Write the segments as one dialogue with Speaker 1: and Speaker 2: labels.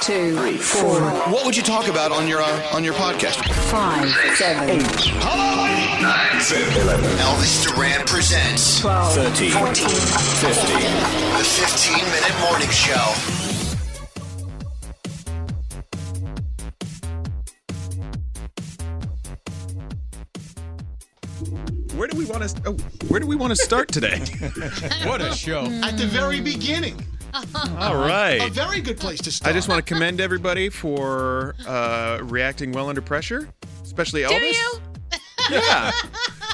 Speaker 1: Two, three, four,
Speaker 2: What would you talk about on your uh, on your podcast?
Speaker 1: five, seven,
Speaker 2: Elvis Duran presents
Speaker 1: 12,
Speaker 2: 14, 15, the 15 minute morning show.
Speaker 3: Where do we want to? Oh, where do we want to start today?
Speaker 4: What a show.
Speaker 5: at the very beginning.
Speaker 3: All
Speaker 5: A
Speaker 3: right.
Speaker 5: very good place to start.
Speaker 3: I just want to commend everybody for uh, reacting well under pressure, especially Elvis.
Speaker 6: you?
Speaker 3: Yeah.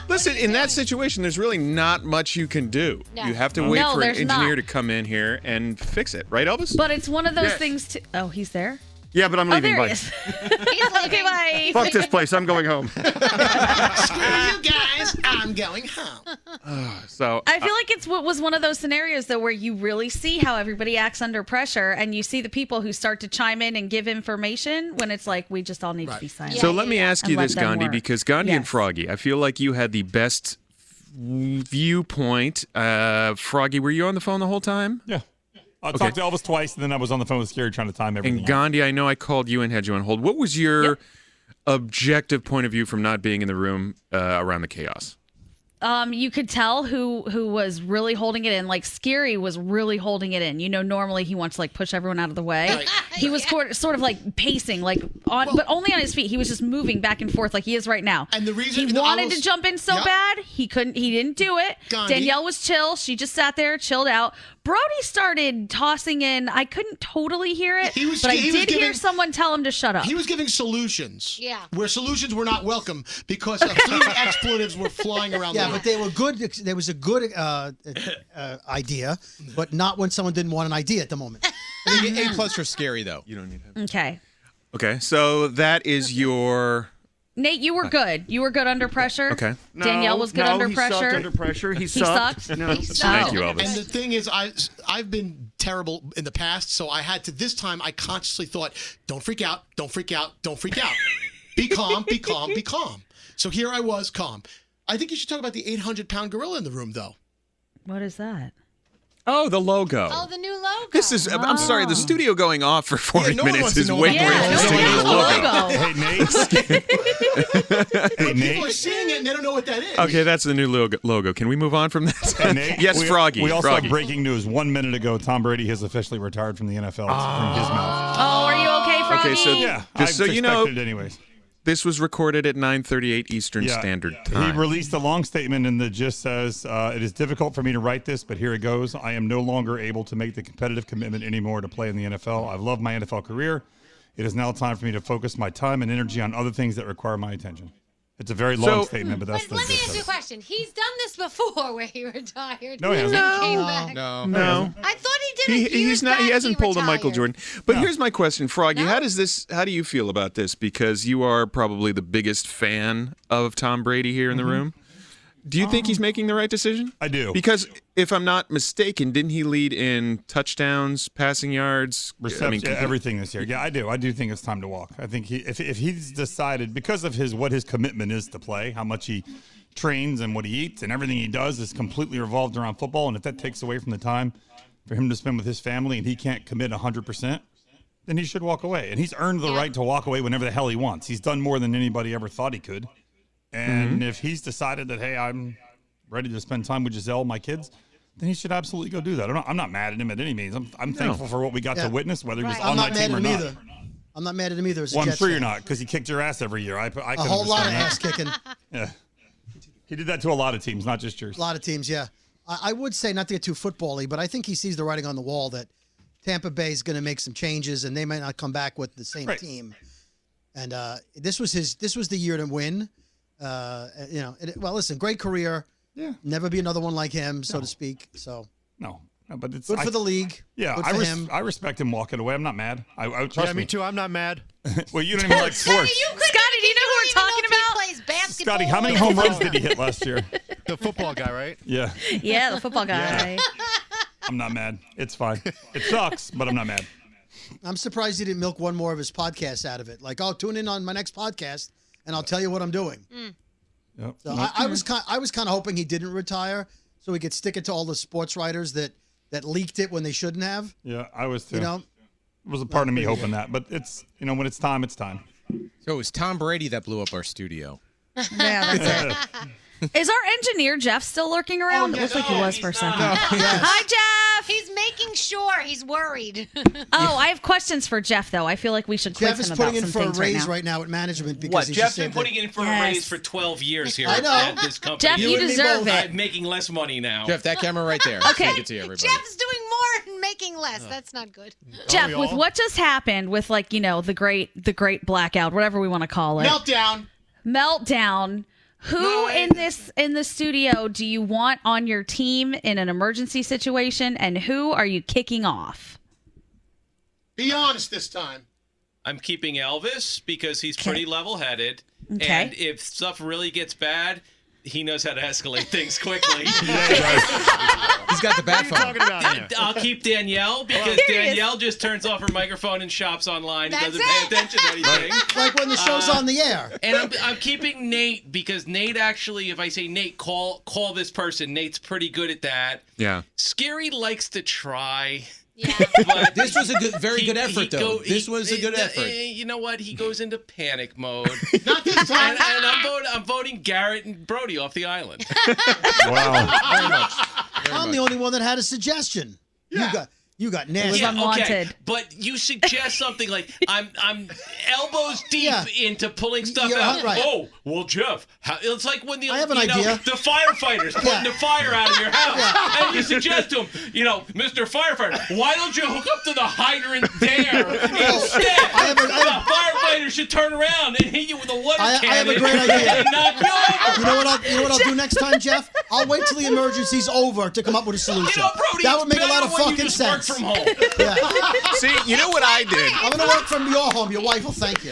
Speaker 3: Listen, in that situation, there's really not much you can do.
Speaker 6: No.
Speaker 3: You have to wait
Speaker 7: No,
Speaker 3: for an
Speaker 7: there's
Speaker 3: engineer
Speaker 7: not.
Speaker 3: to come in here and fix it, right, Elvis?
Speaker 7: But it's one of those
Speaker 3: Yeah.
Speaker 7: things to. Oh, he's there?
Speaker 8: Yeah, but I'm
Speaker 7: Oh,
Speaker 8: leaving.
Speaker 7: there
Speaker 8: Bye.
Speaker 7: he is. okay, bye.
Speaker 8: Fuck this place. I'm going home.
Speaker 5: to you guys. I'm going home.
Speaker 3: so
Speaker 7: I feel like it's what was one of those scenarios though where you really see how everybody acts under pressure and you see the people who start to chime in and give information when it's like we just all need to be silent.
Speaker 3: So let me ask you
Speaker 7: And let
Speaker 3: this,
Speaker 7: them
Speaker 3: Gandhi,
Speaker 7: work.
Speaker 3: because Gandhi and
Speaker 7: Yes.
Speaker 3: Froggy, I feel like you had the best viewpoint. Uh, Froggy, were you on the phone the whole time?
Speaker 4: Yeah. I talked to Elvis twice, and then I was on the phone with Scary trying to time everything.
Speaker 3: And
Speaker 4: out.
Speaker 3: Gandhi, I know I called you and had you on hold. What was your objective point of view from not being in the room uh, around the chaos?
Speaker 7: um, you could tell who who was really holding it in. Like Scary was really holding it in. You know, normally he wants to like push everyone out of the way. He was sort sort of like pacing, like on, but only on his feet. He was just moving back and forth like he is right now.
Speaker 5: And the reason-
Speaker 7: he
Speaker 5: the
Speaker 7: wanted
Speaker 5: almost-
Speaker 7: to jump in so
Speaker 5: Yeah.
Speaker 7: bad, he couldn't. He didn't do it.
Speaker 5: Gandhi.
Speaker 7: Danielle was chill. She just sat there, chilled out. Brody started tossing in. I couldn't totally hear it,
Speaker 5: He was-
Speaker 7: but I
Speaker 5: he was
Speaker 7: did hear
Speaker 5: giving-
Speaker 7: someone tell him to shut up.
Speaker 5: He was giving solutions.
Speaker 6: Yeah.
Speaker 5: Where solutions were not welcome because a few expletives were flying around
Speaker 9: Yeah,
Speaker 5: the
Speaker 9: but they were good. There was a good uh, uh, idea, but not when someone didn't want an idea at the moment.
Speaker 10: A plus for scary though.
Speaker 3: You don't need him.
Speaker 7: okay.
Speaker 3: Okay, so that is your.
Speaker 7: Nate, you were good. You were good under pressure.
Speaker 3: Okay.
Speaker 8: No,
Speaker 7: Danielle was good
Speaker 8: no,
Speaker 7: under
Speaker 8: he
Speaker 7: pressure.
Speaker 8: Sucked under pressure. He,
Speaker 7: sucked?
Speaker 8: No.
Speaker 3: Thank you,
Speaker 5: And
Speaker 3: Elvis.
Speaker 5: the thing is, I I've been terrible in the past, so I had to this time. I consciously thought, "Don't freak out! Don't freak out! Don't freak out! be calm! Be calm! Be calm!" So here I was, calm. I think you should talk about the 800 pound gorilla in the room, though.
Speaker 7: What is that?
Speaker 3: Oh, the logo.
Speaker 6: Oh, the new logo.
Speaker 3: this is. I'm sorry, the studio going off for 40
Speaker 10: Yeah, no one
Speaker 3: minutes
Speaker 10: wants to
Speaker 3: is
Speaker 10: know
Speaker 3: way
Speaker 10: about
Speaker 3: more
Speaker 10: that.
Speaker 7: Yeah, no
Speaker 3: interesting
Speaker 7: one
Speaker 3: than the
Speaker 7: has
Speaker 3: logo.
Speaker 7: the logo.
Speaker 4: Hey Nate. hey
Speaker 5: People are
Speaker 4: Nate.
Speaker 5: seeing it and they don't know what that is.
Speaker 3: Okay, that's the new logo. logo. Can we move on from that?
Speaker 4: Hey, Nate.
Speaker 3: yes,
Speaker 4: we,
Speaker 3: Froggy.
Speaker 4: We also
Speaker 3: Froggy.
Speaker 4: have breaking news. One minute ago, Tom Brady has officially retired from the NFL from his mouth.
Speaker 7: Oh, are you okay, Froggy?
Speaker 3: Okay, so-
Speaker 4: Yeah.
Speaker 3: Just
Speaker 4: I
Speaker 3: Ah. so you know-
Speaker 4: expected it anyways.
Speaker 3: This was recorded at 9:38 Eastern
Speaker 4: Yeah.
Speaker 3: Standard
Speaker 4: He
Speaker 3: Time.
Speaker 4: released a long statement and that just says, uh, It is difficult for me to write this, but here it goes. I am no longer able to make the competitive commitment anymore to play in the NFL. I've loved my NFL career. It is now time for me to focus my time and energy on other things that require my attention. It's a very long
Speaker 3: So-
Speaker 4: statement, but that's
Speaker 6: But
Speaker 4: the
Speaker 6: let me
Speaker 4: gist
Speaker 6: ask
Speaker 4: of
Speaker 6: you a
Speaker 4: it.
Speaker 6: question. He's done this before where he retired.
Speaker 4: No, he
Speaker 6: and
Speaker 4: hasn't.
Speaker 6: came back.
Speaker 10: No.
Speaker 3: no.
Speaker 6: I thought he did
Speaker 3: He,
Speaker 6: it. years
Speaker 3: he's not. He
Speaker 6: back,
Speaker 3: hasn't pulled a Michael
Speaker 6: retired.
Speaker 3: Jordan. But here's my question, Froggy. How does this? How do you feel about this? Because you are probably the biggest fan of Tom Brady here in the room. Do you think he's making the right decision?
Speaker 4: Mm-hmm. Um, I do.
Speaker 3: Because if I'm not mistaken, didn't he lead in touchdowns, passing yards?
Speaker 4: Reception,
Speaker 3: complete-
Speaker 4: everything this year. Yeah, I do. I do think it's time to walk. I think he, if, if he's decided because of his what his commitment is to play, how much he trains and what he eats and everything he does is completely revolved around football. And if that takes away from the time for him to spend with his family and he can't commit 100%, then he should walk away. And he's earned the right to walk away whenever the hell he wants. He's done more than anybody ever thought he could. And
Speaker 9: Mm-hmm.
Speaker 4: if he's decided that, hey, I'm ready to spend time with Giselle, my kids, then he should absolutely go do that. I'm not, I'm not mad at him at any means. I'm, I'm thankful for what we got
Speaker 9: Yeah.
Speaker 4: to witness, whether he was
Speaker 6: Right.
Speaker 4: on
Speaker 9: I'm
Speaker 4: my
Speaker 9: not mad at
Speaker 4: team or
Speaker 9: him
Speaker 4: not.
Speaker 9: either. I'm not mad at him either. As a
Speaker 4: Well, I'm
Speaker 9: Jets
Speaker 4: sure you're
Speaker 9: fan.
Speaker 4: not because he kicked your ass every year. I, I couldn't
Speaker 9: A whole lot of
Speaker 4: understand
Speaker 9: ass
Speaker 4: that.
Speaker 9: kicking. A
Speaker 4: He did that to a lot of teams, not just yours.
Speaker 9: lot of teams. Yeah, I, I would say not to get too football-y, but I think he sees the writing on the wall that Tampa Bay is going to make some changes, and they might not come back with the same
Speaker 4: Right.
Speaker 9: team. And uh, this was his. This was the year to win. Uh, you know. It, well, listen, great career.
Speaker 4: Yeah.
Speaker 9: Never be another one like him, so to speak. So
Speaker 4: No, no, but it's
Speaker 9: Good
Speaker 4: I-
Speaker 9: for the league.
Speaker 4: Yeah,
Speaker 9: Good
Speaker 4: I,
Speaker 9: for
Speaker 4: res-
Speaker 9: him.
Speaker 4: I respect him walking away. I'm not mad. I, I trust
Speaker 11: yeah, me
Speaker 4: me.
Speaker 11: too. I'm not mad.
Speaker 4: well, you don't even like
Speaker 7: Scotty,
Speaker 4: sports.
Speaker 7: do you know who we're talking about?
Speaker 12: Plays basketball.
Speaker 4: Scotty, how many home runs did he hit last year?
Speaker 11: The football guy, right?
Speaker 4: Yeah,
Speaker 7: Yeah, the football guy.
Speaker 4: I'm not mad. It's fine. It sucks, but I'm not mad.
Speaker 9: I'm surprised he didn't milk one more of his podcasts out of it. Like, I'll tune in on my next podcast and I'll tell you what I'm doing.
Speaker 4: Yep.
Speaker 9: So I, I was kind, I was kind of hoping he didn't retire, so he could stick it to all the sports writers that that leaked it when they shouldn't have.
Speaker 4: Yeah, I was too.
Speaker 9: You know,
Speaker 4: There was a part of me hoping that, but it's you know when it's time, it's time.
Speaker 10: So it was Tom Brady that blew up our studio.
Speaker 7: yeah, that's it. Is our engineer Jeff still lurking around? it looks like he was for a second. Hi, Jeff.
Speaker 12: He's making sure he's worried.
Speaker 7: Oh, I have questions for Jeff though. I feel like we should quiz
Speaker 9: Jeff is
Speaker 7: him
Speaker 9: putting
Speaker 7: about
Speaker 9: in
Speaker 7: some
Speaker 9: for a
Speaker 7: things
Speaker 9: raise
Speaker 7: now.
Speaker 9: right now at management because
Speaker 13: What?
Speaker 9: he
Speaker 13: Jeff's
Speaker 9: just
Speaker 13: been
Speaker 9: said
Speaker 13: putting in for a raise for 12 years here
Speaker 9: I know.
Speaker 13: at this company.
Speaker 7: Jeff, You you and me deserve both. it.
Speaker 13: I'm making less money now.
Speaker 10: Jeff, that camera right there. Let's
Speaker 7: Okay.
Speaker 10: take it to you, everybody.
Speaker 12: Jeff's doing more and making less. That's not good.
Speaker 7: Jeff, with what just happened with like, you know, the great the great blackout, whatever we want to call it.
Speaker 5: Meltdown.
Speaker 7: Meltdown. Who in this in the studio do you want on your team in an emergency situation and who are you kicking off?
Speaker 5: Be honest this time.
Speaker 13: I'm keeping Elvis because he's pretty level headed.
Speaker 7: Okay.
Speaker 13: And if stuff really gets bad, he knows how to escalate things quickly.
Speaker 10: He's got the bat phone.
Speaker 11: Talking about
Speaker 13: I- I'll keep Danielle because
Speaker 11: Serious.
Speaker 13: Danielle just turns off her microphone and shops online and
Speaker 11: That's
Speaker 13: doesn't pay attention to anything.
Speaker 9: like when the show's
Speaker 13: Uh,
Speaker 9: on the air.
Speaker 13: And I'm, I'm keeping Nate because Nate actually, if I say Nate, call call this person. Nate's pretty good at that.
Speaker 3: Yeah.
Speaker 13: Scary likes to try.
Speaker 10: This was a good, very
Speaker 13: He-
Speaker 10: good
Speaker 13: he
Speaker 10: effort,
Speaker 13: go-
Speaker 10: though. this
Speaker 13: he-
Speaker 10: was a good
Speaker 13: eh,
Speaker 10: effort.
Speaker 13: eh, You know what? He goes into panic mode. Not this time. And, and I'm, voting, I'm voting Garrett and Brody off the island.
Speaker 4: Wow.
Speaker 10: Very much.
Speaker 9: I'm the only one that had a suggestion. You got you got nasty.
Speaker 13: Yeah, Okay, but you suggest something like I'm I'm elbows deep into pulling stuff
Speaker 9: Yeah,
Speaker 13: out.
Speaker 9: right.
Speaker 13: Oh, well, Jeff, how, it's like when the
Speaker 9: I have an
Speaker 13: you know,
Speaker 9: idea.
Speaker 13: the firefighters putting the fire out of your house,
Speaker 9: Yeah.
Speaker 13: and you suggest to them, you know, Mister Firefighter, why don't you hook up to the hydrant there
Speaker 9: Oh,
Speaker 13: instead? the firefighter should turn around and hit you with a water
Speaker 9: I, I have
Speaker 13: cannon
Speaker 9: a great idea.
Speaker 13: and knock you over.
Speaker 9: You know what I'll you know what I'll do next time, Jeff? I'll wait till the emergency's over to come up with a solution.
Speaker 13: Brody,
Speaker 9: that
Speaker 13: it's
Speaker 9: would make a lot
Speaker 13: better
Speaker 9: of
Speaker 13: when you
Speaker 9: fucking
Speaker 13: just work
Speaker 9: sense.
Speaker 13: from home.
Speaker 3: See, you know what I did?
Speaker 9: I'm gonna work from your home. Your wife will thank you.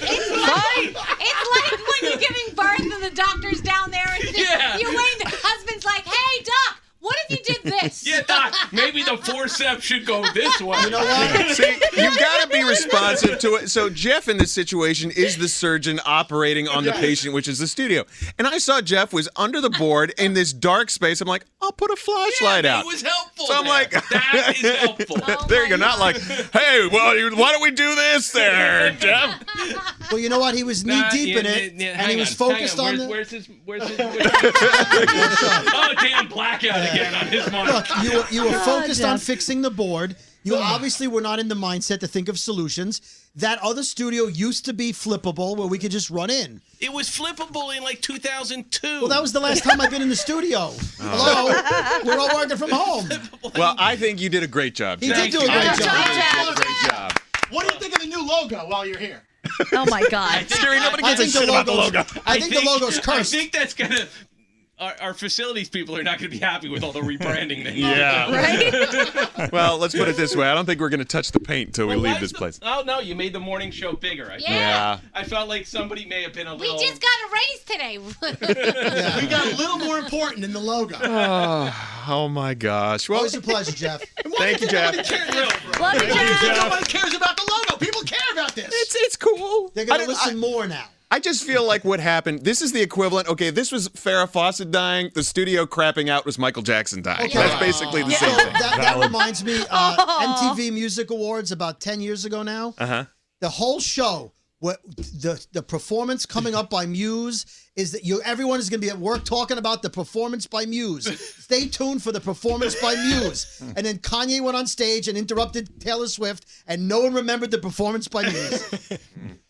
Speaker 12: It's like when you're giving birth and the doctor's down there and
Speaker 13: Yeah.
Speaker 12: you're waiting. The husband's like, hey, doc, what if you did this?
Speaker 13: Yeah, Doc, maybe the forceps should go this way. You know
Speaker 3: what? See, You've got to be responsive to it. So Jeff in this situation is the surgeon operating on the patient, which is the studio. And I saw Jeff was under the board in this dark space. I'm like, I'll put a flashlight out.
Speaker 13: It was helpful.
Speaker 3: so I'm like,
Speaker 13: that is helpful.
Speaker 3: there you go. Not like, hey, well, you- why don't we do this there, Jeff?
Speaker 9: Well, you know what? He was knee
Speaker 13: Nah,
Speaker 9: deep
Speaker 13: yeah,
Speaker 9: in it,
Speaker 13: yeah, yeah,
Speaker 9: and
Speaker 13: hang
Speaker 9: he was
Speaker 13: on, hang
Speaker 9: focused
Speaker 13: on.
Speaker 9: on the.
Speaker 13: Where's, where's his? Where's his? Where's oh, damn blackout again on his mic.
Speaker 9: Look, you were, you were
Speaker 13: Oh,
Speaker 9: focused on
Speaker 13: Jeff.
Speaker 9: fixing the board. You obviously were not in the mindset to think of solutions. That other studio used to be flippable where we could just run in.
Speaker 13: It was flippable in like 2002.
Speaker 9: Well, that was the last time I've been in the studio.
Speaker 3: Oh.
Speaker 9: Hello? We're all working from home.
Speaker 3: Well, I think you did a great job.
Speaker 9: He
Speaker 3: Jeff.
Speaker 9: did do a great
Speaker 3: I think
Speaker 9: job.
Speaker 3: you did a Great job.
Speaker 5: What do you think of the new logo while you're here?
Speaker 7: Oh my god.
Speaker 3: Scary. Nobody
Speaker 9: I
Speaker 3: gives a
Speaker 9: think the
Speaker 3: shit about the
Speaker 9: logo's-
Speaker 3: logo.
Speaker 9: I think the logo's
Speaker 13: I
Speaker 9: cursed.
Speaker 13: think that's gonna. Our, our facilities people are not going to be happy with all the rebranding. They
Speaker 3: Yeah.
Speaker 13: Right?
Speaker 3: Well, let's put it this way. I don't think we're going to touch the paint till we leave this place.
Speaker 13: Oh no, you made the morning show bigger. I felt.
Speaker 3: Yeah.
Speaker 13: I felt like somebody may have been a
Speaker 12: We
Speaker 13: little.
Speaker 12: just got a raise today.
Speaker 5: We got a little more important than the logo.
Speaker 3: Oh, oh my gosh. Well,
Speaker 9: Always a pleasure, Jeff.
Speaker 3: Thank you, Jeff.
Speaker 5: Nobody cares,
Speaker 7: Love you, Jeff.
Speaker 5: nobody cares about the logo. People care about this.
Speaker 3: It's it's cool.
Speaker 9: They're
Speaker 3: I
Speaker 9: going to
Speaker 3: didn't-
Speaker 9: listen
Speaker 3: I-
Speaker 9: more now.
Speaker 3: I just feel like what happened. This is the equivalent. Okay, this was Farrah Fawcett dying. The studio crapping out was Michael Jackson dying.
Speaker 9: Okay.
Speaker 3: That's basically the
Speaker 9: So
Speaker 3: same thing.
Speaker 9: that, that
Speaker 4: Valid.
Speaker 9: reminds me, uh, MTV Music Awards about 10 years ago now.
Speaker 3: Uh huh.
Speaker 9: the whole show what the the performance coming up by Muse is that you everyone is going to be at work talking about the performance by Muse. Stay tuned for the performance by Muse. And then Kanye went on stage and interrupted Taylor Swift and no one remembered the performance by Muse.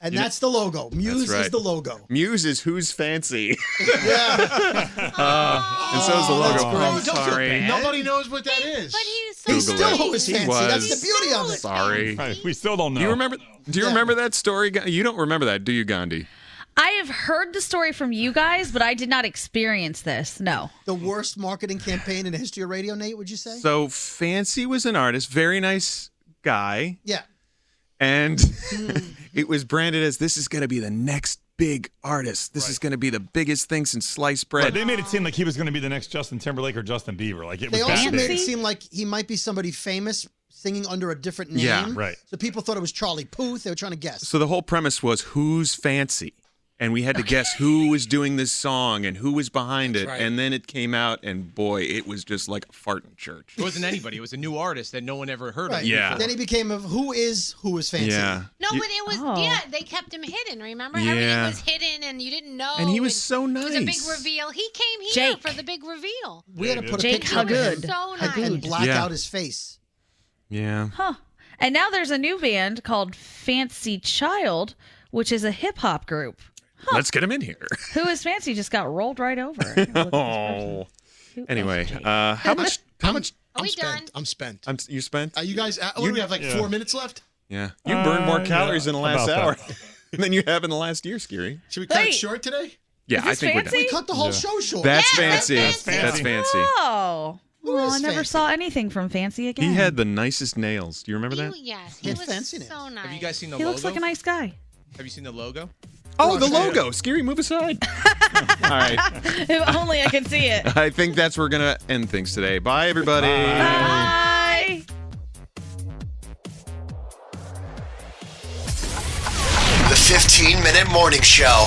Speaker 9: And that's the logo. Muse
Speaker 3: right.
Speaker 9: is the logo.
Speaker 3: Muse is who's fancy,
Speaker 9: Yeah. Oh,
Speaker 3: uh, and so is the logo. I'm
Speaker 9: that's great. Don't feel
Speaker 3: sorry.
Speaker 5: Nobody knows what that is.
Speaker 12: But he's so
Speaker 9: He's still
Speaker 12: funny.
Speaker 9: who is
Speaker 3: He
Speaker 9: fancy.
Speaker 3: was.
Speaker 9: That's the beauty of it.
Speaker 3: Sorry.
Speaker 4: Right, we still don't know.
Speaker 3: Do you remember? Do you remember that story? Ga- You don't remember that, do you, Gandhi?
Speaker 7: I have heard the story from you guys, but I did not experience this. No.
Speaker 9: The worst marketing campaign in the history of radio, Nate, would you say?
Speaker 3: So Fancy was an artist, very nice guy.
Speaker 9: Yeah.
Speaker 3: And
Speaker 9: Hmm.
Speaker 3: it was branded as this is going to be the next big artist. This is going to be the biggest thing since sliced bread.
Speaker 4: Right, they made it seem like he was going to be the next Justin Timberlake or Justin Bieber. Like it
Speaker 9: They
Speaker 4: was
Speaker 9: also
Speaker 4: that
Speaker 9: made
Speaker 4: big.
Speaker 9: it seem like he might be somebody famous singing under a different name.
Speaker 3: Yeah, right.
Speaker 9: So people thought it was Charlie Puth. They were trying to guess.
Speaker 3: So the whole premise was who's fancy? And we had to guess who was doing this song and who was behind it.
Speaker 10: That's right.
Speaker 3: And then it came out, and boy, it was just like a fart in church.
Speaker 10: It wasn't anybody. It was a new artist that no one ever heard
Speaker 3: Right.
Speaker 10: of.
Speaker 3: Yeah.
Speaker 10: before.
Speaker 9: Then he became of who is who is fancy.
Speaker 3: Yeah.
Speaker 12: No,
Speaker 3: You-
Speaker 12: but it was yeah. They kept him hidden. Remember, everything
Speaker 3: Yeah.
Speaker 12: was hidden, and you didn't know.
Speaker 3: And he was so
Speaker 12: It was a big
Speaker 3: nice.
Speaker 12: reveal. He came here
Speaker 9: Jake.
Speaker 12: for the big reveal.
Speaker 9: We had to put a
Speaker 7: Jake
Speaker 9: picture of him
Speaker 7: Hagood. So
Speaker 9: and
Speaker 7: nice.
Speaker 9: black
Speaker 3: Yeah.
Speaker 9: out his face.
Speaker 3: Yeah.
Speaker 7: Huh. And now there's a new band called Fancy Child, which is a hip hop group.
Speaker 3: Let's get him in here.
Speaker 7: Who is Fancy just got rolled right over.
Speaker 3: oh. Anyway, uh, how much? How much?
Speaker 5: I'm spent. I'm spent.
Speaker 3: I'm, you spent?
Speaker 5: Are you guys? uh, What do we have? Like
Speaker 3: yeah.
Speaker 5: four minutes left.
Speaker 3: Yeah. You burned more
Speaker 5: Uh,
Speaker 3: calories
Speaker 5: yeah,
Speaker 3: in the last hour
Speaker 5: about
Speaker 3: than you have in the last year, Scary.
Speaker 5: Should we cut
Speaker 9: Wait.
Speaker 5: it short today?
Speaker 3: Yeah, I think we're done.
Speaker 5: We cut the whole
Speaker 3: Yeah.
Speaker 5: show short.
Speaker 3: That's fancy. That's fancy.
Speaker 7: Oh. Well, I
Speaker 9: is
Speaker 7: never
Speaker 9: Fancy?
Speaker 7: saw anything from Fancy again.
Speaker 3: He had the nicest nails. Do you remember that?
Speaker 12: Yes,
Speaker 9: he was
Speaker 12: so nice.
Speaker 10: Have you guys seen the
Speaker 7: He
Speaker 10: logo?
Speaker 7: looks like a nice guy.
Speaker 10: Have you seen the logo?
Speaker 3: Oh, the logo. Scary, move aside. All right.
Speaker 7: if only I could see it.
Speaker 3: I think that's where we're going to end things today. Bye, everybody.
Speaker 7: Bye.
Speaker 2: The 15 Minute Morning Show.